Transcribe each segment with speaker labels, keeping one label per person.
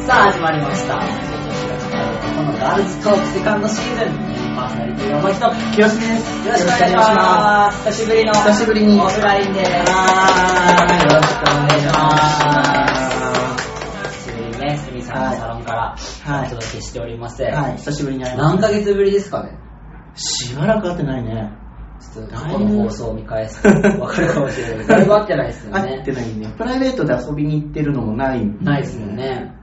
Speaker 1: さあ始まりましたこのガールズトークセカンドシーズンパーソナリティの思い人
Speaker 2: よろしくです。
Speaker 1: よろしくお願いします久しぶりの
Speaker 2: 久しぶりに
Speaker 1: オフラインですよろしくお
Speaker 2: よろしくお願
Speaker 1: 願いし
Speaker 2: いし
Speaker 1: ま
Speaker 2: ます
Speaker 1: 久しぶりにね、すみさんのサロンから
Speaker 2: す。
Speaker 1: お
Speaker 2: はい。
Speaker 1: 届けしております、
Speaker 2: はい、久しぶりに会いま
Speaker 1: 何ヶ月ぶりですかね
Speaker 2: す。しばらく会ってないね。
Speaker 1: ちょっと過去の放送を見返 すと分かるかもしれないだいぶ合ってないですよ
Speaker 2: 会っ
Speaker 1: ね
Speaker 2: てないね。プライベートで遊びに行ってるのもない。
Speaker 1: ないですよ。ね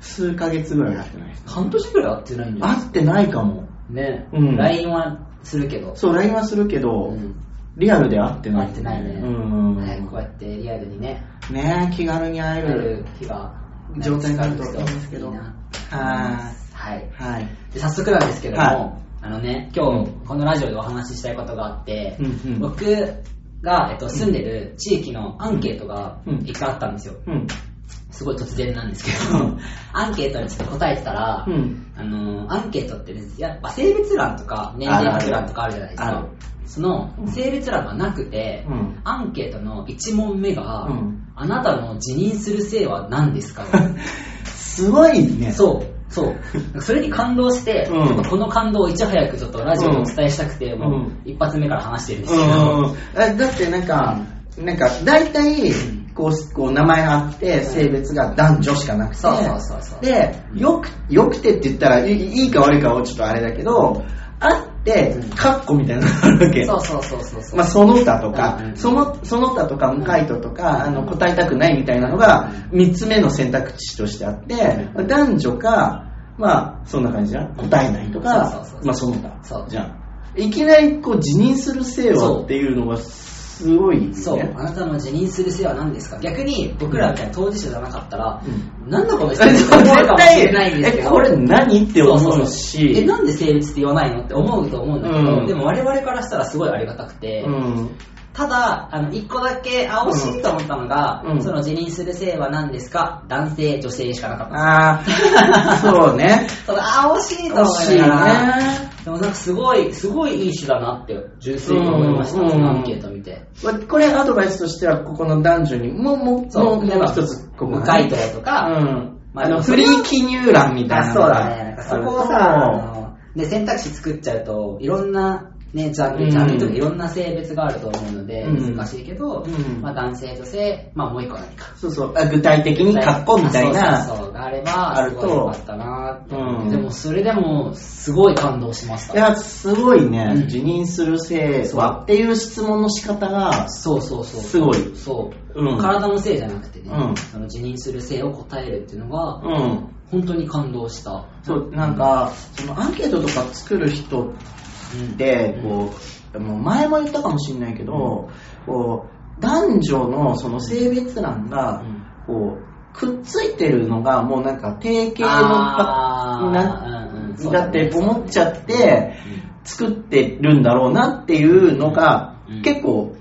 Speaker 2: 数ヶ月ぐらい会ってない。
Speaker 1: 半年ぐらい会ってないんじゃない
Speaker 2: 会ってないかも。
Speaker 1: ね、
Speaker 2: うん
Speaker 1: LINE はするけど、
Speaker 2: そう、LINE はするけど
Speaker 1: う、ん
Speaker 2: リアルで会ってない。
Speaker 1: 会ってないね
Speaker 2: うん。
Speaker 1: はい、こうやってリアルにね、
Speaker 2: ねえ気軽に
Speaker 1: 会
Speaker 2: 会え
Speaker 1: え
Speaker 2: る
Speaker 1: る日が
Speaker 2: 状態になるといいんですけど。
Speaker 1: いい
Speaker 2: はい
Speaker 1: な。はい。
Speaker 2: はい。
Speaker 1: で、早速なんですけども、
Speaker 2: は
Speaker 1: あのね、今日
Speaker 2: う、
Speaker 1: このラジオでお話ししたいことがあって、
Speaker 2: うんうん
Speaker 1: 僕が、えっと、住んでる地域のアンケートが
Speaker 2: うん
Speaker 1: 一回あったんですよ。
Speaker 2: うん。
Speaker 1: すごい突然なんですけど、アンケートにちょっと答えてたら、
Speaker 2: うん。
Speaker 1: あのーアンケートってね、やっぱ性別欄とか年齢別欄とかあるじゃないです
Speaker 2: あるあ
Speaker 1: か
Speaker 2: る。
Speaker 1: その性別欄がなくて、
Speaker 2: うん
Speaker 1: アンケートの1問目が、
Speaker 2: うん
Speaker 1: あなたの辞任する性は何です か
Speaker 2: すごいね。
Speaker 1: そう。そう。それに感動して、
Speaker 2: うん
Speaker 1: ちょっとこの感動をいち早くちょっとラジオでお伝えしたくて、
Speaker 2: うん
Speaker 1: も
Speaker 2: う
Speaker 1: うん一発目から話してるんですけど、
Speaker 2: うんえだってなんか、なんか大体こうこう名前があって性別が男女しかなくて、
Speaker 1: そうそうそうそう
Speaker 2: でよくよくてって言ったらいいいか悪いかはちょっとあれだけどあって
Speaker 1: うん
Speaker 2: カッコみたいなのがあるわけ
Speaker 1: そうそうそうそうそう。
Speaker 2: まあ、その他とか、
Speaker 1: うん
Speaker 2: そのその他とか無回答とか、あの答えたくないみたいなのが3つ目の選択肢としてあって、
Speaker 1: うん
Speaker 2: 男女かまあそんな感じじゃん答えないと
Speaker 1: そう
Speaker 2: か
Speaker 1: そうそう
Speaker 2: まあその
Speaker 1: そう
Speaker 2: 他じゃんいきなりこう辞任するせい
Speaker 1: そう
Speaker 2: はっていうのがすごいね
Speaker 1: そう、あなたの辞任する性は何ですか逆に僕らみたいな当事者じゃなかったら、
Speaker 2: う
Speaker 1: なんだこの人って思うか
Speaker 2: 絶
Speaker 1: もしれない
Speaker 2: 対
Speaker 1: んですけ
Speaker 2: え
Speaker 1: ど、
Speaker 2: これ何って思
Speaker 1: そううそうそうえ、
Speaker 2: し
Speaker 1: なんで性別って言わないのって思うと思うんだけど、
Speaker 2: うん
Speaker 1: でも我々からしたらすごいありがたくて、
Speaker 2: うん
Speaker 1: ただ、あの、一個だけ、あ、惜しいと思ったのが、
Speaker 2: うん
Speaker 1: その辞任する性は何ですか男性、女性しかなかったんですよ。
Speaker 2: あ あそうね
Speaker 1: ただ、あ、惜しいと
Speaker 2: 欲
Speaker 1: 思
Speaker 2: しい
Speaker 1: いながら、
Speaker 2: ね
Speaker 1: でもなんかすごい、すごいいい詩だなって、純粋に思いました、
Speaker 2: うん
Speaker 1: そのアンケート見て。
Speaker 2: まあこれアドバイスとしてはここの男女にもうもうも
Speaker 1: そう
Speaker 2: うもう一つここ
Speaker 1: 無回答とか、
Speaker 2: うん
Speaker 1: まあ
Speaker 2: あ
Speaker 1: でも
Speaker 2: の
Speaker 1: そ
Speaker 2: フ
Speaker 1: れ
Speaker 2: リ
Speaker 1: は
Speaker 2: ー記入欄みたいな
Speaker 1: あ
Speaker 2: の
Speaker 1: そう
Speaker 2: が
Speaker 1: だね。なんかそこをさ、あの、ね、選択肢作っちゃうと、いろんな、ね、ジャン
Speaker 2: う
Speaker 1: ル、
Speaker 2: ん
Speaker 1: ジャンルとかいろんな性別があると思うので、
Speaker 2: うん
Speaker 1: 難しいけど、
Speaker 2: うん
Speaker 1: まあ男性、女性、まあもう一個何か。
Speaker 2: そうそうあ具体的にカッコみた
Speaker 1: あそ
Speaker 2: い
Speaker 1: う
Speaker 2: な
Speaker 1: そうそうがあれば、
Speaker 2: あ
Speaker 1: す
Speaker 2: ると
Speaker 1: ごい良かったなって思って、
Speaker 2: うん
Speaker 1: でもそれでも、すごい感動しまし
Speaker 2: い
Speaker 1: た。
Speaker 2: やすごいね、
Speaker 1: うん
Speaker 2: 辞任するせいはっていう質問の仕方が
Speaker 1: そうそうそう。
Speaker 2: すごい
Speaker 1: そう、
Speaker 2: うん
Speaker 1: 体のせいじゃなくてね、
Speaker 2: うん
Speaker 1: その辞任する性を答えるっていうのが、
Speaker 2: うん
Speaker 1: 本当に感動した。
Speaker 2: そうなんかそのアンケートとか作る人っ
Speaker 1: うん
Speaker 2: で
Speaker 1: うん
Speaker 2: こうもう前も言ったかもしれないけど、こう男女のその性別欄が
Speaker 1: うん
Speaker 2: こうくっついてるのがもうなんか定型の
Speaker 1: あー
Speaker 2: な
Speaker 1: うんうんそうだ
Speaker 2: だっ
Speaker 1: ね
Speaker 2: て思っちゃっ
Speaker 1: そうだ
Speaker 2: て作ってるんだろうなっていうのが
Speaker 1: うん
Speaker 2: 結構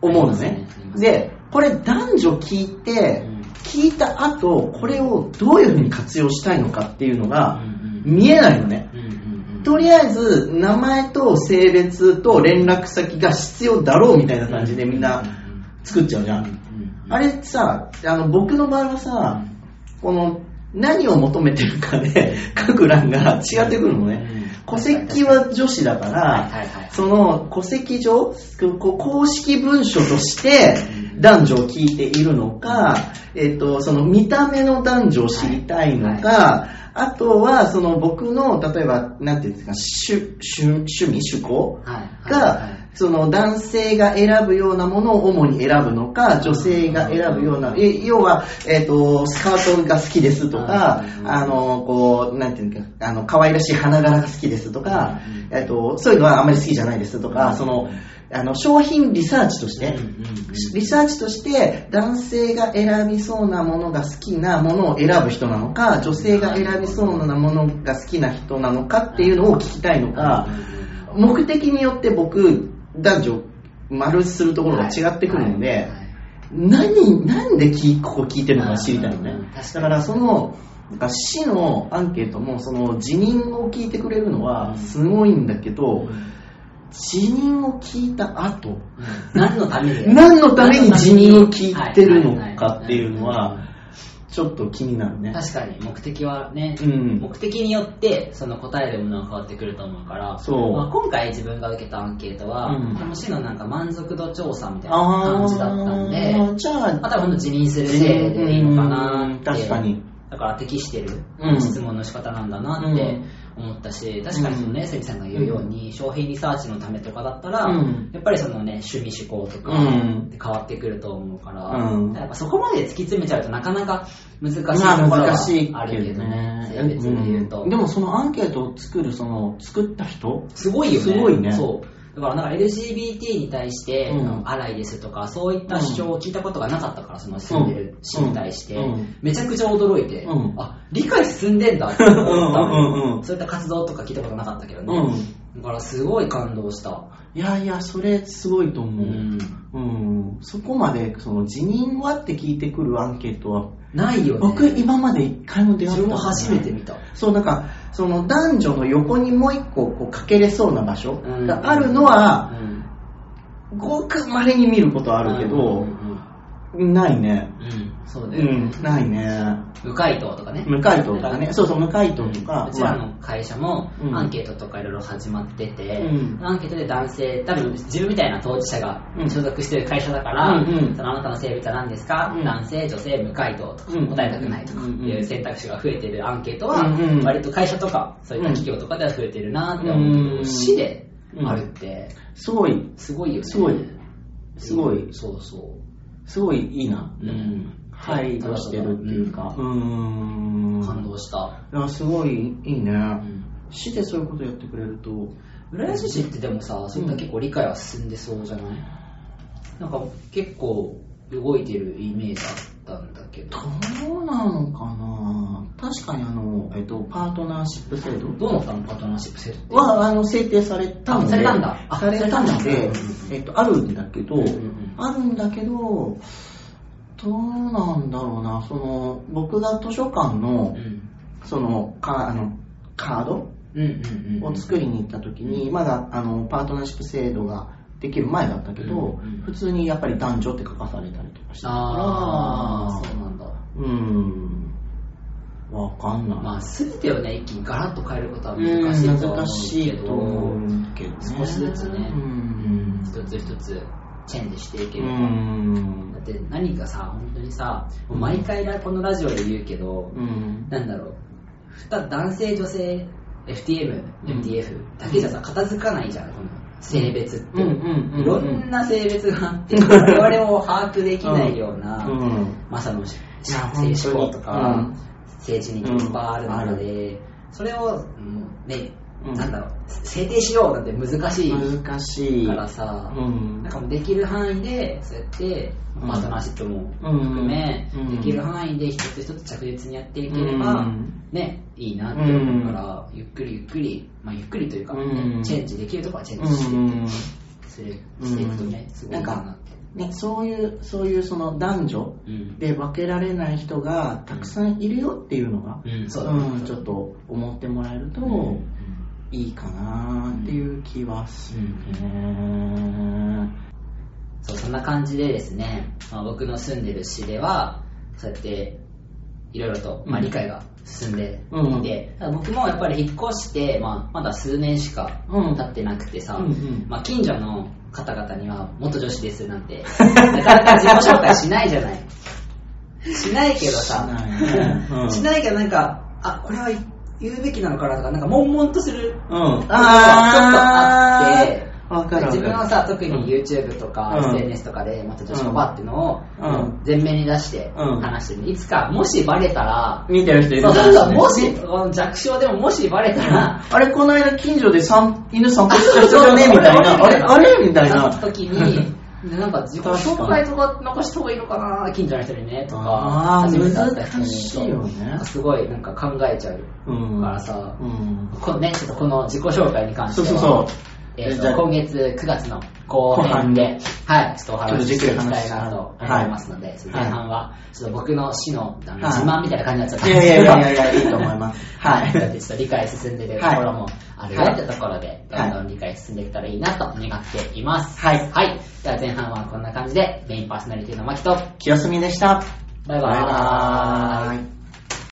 Speaker 2: 思うの
Speaker 1: ありま
Speaker 2: ね
Speaker 1: すねあり。ます
Speaker 2: でこれ男女聞いて
Speaker 1: うん
Speaker 2: 聞いた後これをどういうふうに活用したいのかっていうのが
Speaker 1: うんうん
Speaker 2: 見えないのね。
Speaker 1: うんうんうん
Speaker 2: とりあえず名前と性別と連絡先が必要だろうみたいな感じでみんな作っちゃうじゃん。あれさ、あの僕の場合はさ、この何を求めてるか で各欄が違ってくるのね。
Speaker 1: うん
Speaker 2: 戸籍は女子だ
Speaker 1: は
Speaker 2: か
Speaker 1: いはい
Speaker 2: ら、
Speaker 1: はい
Speaker 2: その戸籍上、こう公式文書として男女を聞いているのか、えっと、その見た目の男女を知りたいのか、あとはその僕の、例えば、なんていうんですか、趣趣趣味、趣向
Speaker 1: はいはいは
Speaker 2: が
Speaker 1: い、
Speaker 2: その男性が選ぶようなものを主に選ぶのか、女性が選ぶような、え要は、えっ、と、スカートが好きですとか
Speaker 1: う、ん
Speaker 2: あの、こう、なんていうのか、あの、可愛らしい花柄が好きですとか
Speaker 1: うん、
Speaker 2: えっ、と、そういうのはあまり好きじゃないですと
Speaker 1: う
Speaker 2: か、
Speaker 1: ん
Speaker 2: その、あの、商品リサーチとし
Speaker 1: う
Speaker 2: て、
Speaker 1: んうんうん
Speaker 2: リサーチとして男性が選びそうなものが好きなものを選ぶ人なのか女性が選びそうなものが好きな人なのかっていうのを聞きたいのか目的によって僕男女丸するところが違ってくるの
Speaker 1: はい
Speaker 2: で
Speaker 1: はい
Speaker 2: 何なんで聞いここ聞いてるのか知りたいのね
Speaker 1: うんうん確か
Speaker 2: だ
Speaker 1: に
Speaker 2: からそのなんか市のアンケートもその辞任を聞いてくれるのはすごいんだけ
Speaker 1: うん
Speaker 2: ど辞任を聞いた後
Speaker 1: 何のために
Speaker 2: 何のために辞任を聞いてるのかっていうのは、ちちょっと気になるね。
Speaker 1: 確かに目的はね、
Speaker 2: うん
Speaker 1: 目的によってその答えるものが変わってくると思うから、
Speaker 2: そう
Speaker 1: まあ、今回自分が受けたアンケートは、
Speaker 2: うん
Speaker 1: この市のなんか満足度調査みたいな
Speaker 2: あー
Speaker 1: 感じだったんで、
Speaker 2: じゃあ、
Speaker 1: あとはほんと辞任するせいでいいのかなって、
Speaker 2: うん確かに
Speaker 1: だから適してる
Speaker 2: うん
Speaker 1: 質問の仕方なんだなって思ったし、確かにそのね、セリさんが言うように、商品リサーチのためとかだったら、
Speaker 2: うん
Speaker 1: やっぱりそのね、趣味思考とか
Speaker 2: うん
Speaker 1: で変わってくると思うから、
Speaker 2: うん
Speaker 1: やっぱそこまで突き詰めちゃうとなかなか難しいところ
Speaker 2: まあ
Speaker 1: は
Speaker 2: 難しい
Speaker 1: あるけどね、
Speaker 2: け
Speaker 1: 性
Speaker 2: どね
Speaker 1: 別で言うと。
Speaker 2: うんでもそのアンケートを作る、その、作った人
Speaker 1: すごいよね。
Speaker 2: すごいね
Speaker 1: そう。だからなんか LGBT に対して、
Speaker 2: うん
Speaker 1: アライですとか、そういった主張を聞いたことがなかったから、その住んでる市に対して、
Speaker 2: うんうん
Speaker 1: めちゃくちゃ驚いて、
Speaker 2: うん
Speaker 1: あ、理解進んでんだって思ったのよ
Speaker 2: うんうんうん
Speaker 1: そういった活動とか聞いたことなかったけどね。
Speaker 2: う
Speaker 1: だからすごい感動した。
Speaker 2: いやいや、それすごいと
Speaker 1: う
Speaker 2: 思う。
Speaker 1: ん。
Speaker 2: うんそこまで、その、辞任はって聞いてくるアンケートは、
Speaker 1: ないよね。
Speaker 2: 僕今まで一回も出会った
Speaker 1: それ
Speaker 2: こと
Speaker 1: も
Speaker 2: ない
Speaker 1: 初めて見た。
Speaker 2: そうなんかその男女の横にもう一個こうかけれそうな場所
Speaker 1: うん
Speaker 2: があるのは、
Speaker 1: うん
Speaker 2: ごく稀に見ることあるけ
Speaker 1: う
Speaker 2: ど
Speaker 1: ん、うん
Speaker 2: ないね
Speaker 1: うんうんそう
Speaker 2: う
Speaker 1: だよね。
Speaker 2: んないね
Speaker 1: 無回答とかね。
Speaker 2: 無回答とかねそうそう無回答とか
Speaker 1: うちらの会社も
Speaker 2: うん
Speaker 1: アンケートとかいろいろ始まってて、
Speaker 2: うん
Speaker 1: アンケートで男性多分自分みたいな当事者が
Speaker 2: うん
Speaker 1: 所属してる会社だから、
Speaker 2: うんうん
Speaker 1: そのあなたの性別は何ですか、
Speaker 2: うん
Speaker 1: 男性女性無回答とか、
Speaker 2: うん
Speaker 1: 答えたくないとかっ
Speaker 2: う
Speaker 1: て
Speaker 2: んうん
Speaker 1: いう選択肢が増えてるアンケートは、
Speaker 2: うんうん
Speaker 1: 割と会社とかそういった企業とかでは増えてるなって思うけど、
Speaker 2: うん
Speaker 1: 市であるって
Speaker 2: すごい
Speaker 1: すごいよね
Speaker 2: すごいすごい
Speaker 1: そうそ
Speaker 2: すごいいいな
Speaker 1: ううん
Speaker 2: 配慮してるっていうかうー
Speaker 1: うんん感動した、
Speaker 2: いやすごいいいね
Speaker 1: うん
Speaker 2: 市でそういうことやってくれると
Speaker 1: 浦安市ってでもさそういった結構理解は進んでそうじゃない、なんか結構動いてるイメージだったんだけど
Speaker 2: どうなのかな確かにあの、えっと、パートナーシップ制度
Speaker 1: どうなったのパートナーシップ制度って
Speaker 2: はあの制定されたので
Speaker 1: あされたんだあ
Speaker 2: されたの
Speaker 1: された
Speaker 2: で
Speaker 1: んだ、
Speaker 2: えっと、あるんだけど、
Speaker 1: うんうんうん
Speaker 2: あるんだけどどうなんだろうなその僕が図書館
Speaker 1: う
Speaker 2: の
Speaker 1: ん
Speaker 2: そのかあのカード
Speaker 1: うんうんうん
Speaker 2: を作りに行った時にまだあのパートナーシップ制度ができる前だったけど、
Speaker 1: うん
Speaker 2: 普通にやっぱり男女って書かされたりとかしてた
Speaker 1: あ
Speaker 2: か
Speaker 1: あ
Speaker 2: ら
Speaker 1: そうなんだ
Speaker 2: うーん。わかんない。
Speaker 1: まあ全てをね一気にガラッと変えることは
Speaker 2: うん
Speaker 1: 難しいとは思うけど
Speaker 2: 難しいと思うけど
Speaker 1: 少
Speaker 2: ね。
Speaker 1: しずつね
Speaker 2: うん。
Speaker 1: 一つ一つチェンジしていけ
Speaker 2: う
Speaker 1: るだ
Speaker 2: ん。
Speaker 1: って何かさ本当にさ毎回なこのラジオで言うけど、
Speaker 2: うん。
Speaker 1: なんだろう、ふた男性、女性、FTM、
Speaker 2: うん
Speaker 1: MTF だけじゃさ、片付かないじゃん、この性別って。
Speaker 2: うんうんうん
Speaker 1: いろんな性別があって、我々も把握できないような、
Speaker 2: うん。
Speaker 1: まさのし
Speaker 2: いや
Speaker 1: 性思考とか、
Speaker 2: 本当にうん
Speaker 1: 政治にいっぱいある中で、それを、もうね、
Speaker 2: うん
Speaker 1: なんだろう、制定しようなんて難しい
Speaker 2: 難しい。
Speaker 1: からさ、
Speaker 2: うん
Speaker 1: なんかもうできる範囲で、そうやって、
Speaker 2: うん
Speaker 1: パートナーシップも含め、
Speaker 2: うん
Speaker 1: できる範囲で一つ一つ着実にやっていければ、
Speaker 2: うん
Speaker 1: ね、いいなって思うから、ゆっくりゆっくり、まあゆっくりというか、ね
Speaker 2: うん
Speaker 1: チェンジできるとこはチェンジして,、
Speaker 2: うん。
Speaker 1: する
Speaker 2: うん
Speaker 1: していくとね、すごい
Speaker 2: なん
Speaker 1: な
Speaker 2: か
Speaker 1: って。
Speaker 2: ね、そういう、そういうその男女
Speaker 1: うん、
Speaker 2: で分けられない人がたくさんいるよっていうのが、
Speaker 1: うんそうだね
Speaker 2: んちょっと思ってもらえると、
Speaker 1: うん
Speaker 2: いいかなっていう気はするね。
Speaker 1: そうそんな感じでですね、まあ、僕の住んでる市ではそうやっていろいろと、まあ、
Speaker 2: うん
Speaker 1: 理解が進んで
Speaker 2: うん
Speaker 1: いて、ただ僕もやっぱり引っ越して、まあ、まだ数年しか
Speaker 2: うん
Speaker 1: 経ってなくてさ、
Speaker 2: うんうん
Speaker 1: まあ、近所の方々には元女子ですなん てなかなか自己紹介しないじゃないしないけどさ
Speaker 2: しないねうん
Speaker 1: しないけどなんかあこれは言うべきなのかなとかなんか悶々とする
Speaker 2: うん。
Speaker 1: あー
Speaker 2: ちょっとあって、わかるわかる。
Speaker 1: 自分はさ特に YouTube とか
Speaker 2: うん
Speaker 1: SNS とかでまた女子パパってのを
Speaker 2: うん
Speaker 1: 全面に出して
Speaker 2: うん
Speaker 1: 話してる、いつかもしバレたら、
Speaker 2: 見てる人いる
Speaker 1: そうそうそうも
Speaker 2: ね
Speaker 1: しこの弱小でももしバレたら、
Speaker 2: あれ、この間近所で散犬散歩してたよね、みたいな。あれ、あれみたいな。
Speaker 1: 時 に、なんか自己紹介とか残した方がいいのかな、近所の人にね、とか、
Speaker 2: あー
Speaker 1: 初めて会った人に
Speaker 2: 難しいよね
Speaker 1: なんかすごいなんか考えちゃう
Speaker 2: うん。
Speaker 1: からさ、
Speaker 2: うん。
Speaker 1: このね、ちょっとこの自己紹介に関して
Speaker 2: そう
Speaker 1: は、
Speaker 2: そうそう。
Speaker 1: えーと
Speaker 2: じゃあ
Speaker 1: 今月9月の後半
Speaker 2: 後
Speaker 1: で
Speaker 2: 半、
Speaker 1: はい、ちょっとお
Speaker 2: ちょっと
Speaker 1: 話し
Speaker 2: じっ
Speaker 1: し
Speaker 2: く
Speaker 1: てい
Speaker 2: り
Speaker 1: きた
Speaker 2: 話
Speaker 1: い
Speaker 2: し
Speaker 1: なと思い
Speaker 2: はい
Speaker 1: ますので、ちょっと
Speaker 2: はい
Speaker 1: 前半は、ちょっと僕の市のあの
Speaker 2: はい
Speaker 1: 自慢みたいな感じになっちゃった
Speaker 2: いやいやいやいやいいと思いますはい
Speaker 1: そうやってちょっと理解進んでるところもあるよ
Speaker 2: はい
Speaker 1: ってところで、ど
Speaker 2: はい
Speaker 1: んどん理解進んでいけたらいいなと願っています。
Speaker 2: はい
Speaker 1: はい。では前半はこんな感じで、メインパーソナリティの牧と、
Speaker 2: 清澄でした。
Speaker 1: バイバーイ。
Speaker 2: バイバーイ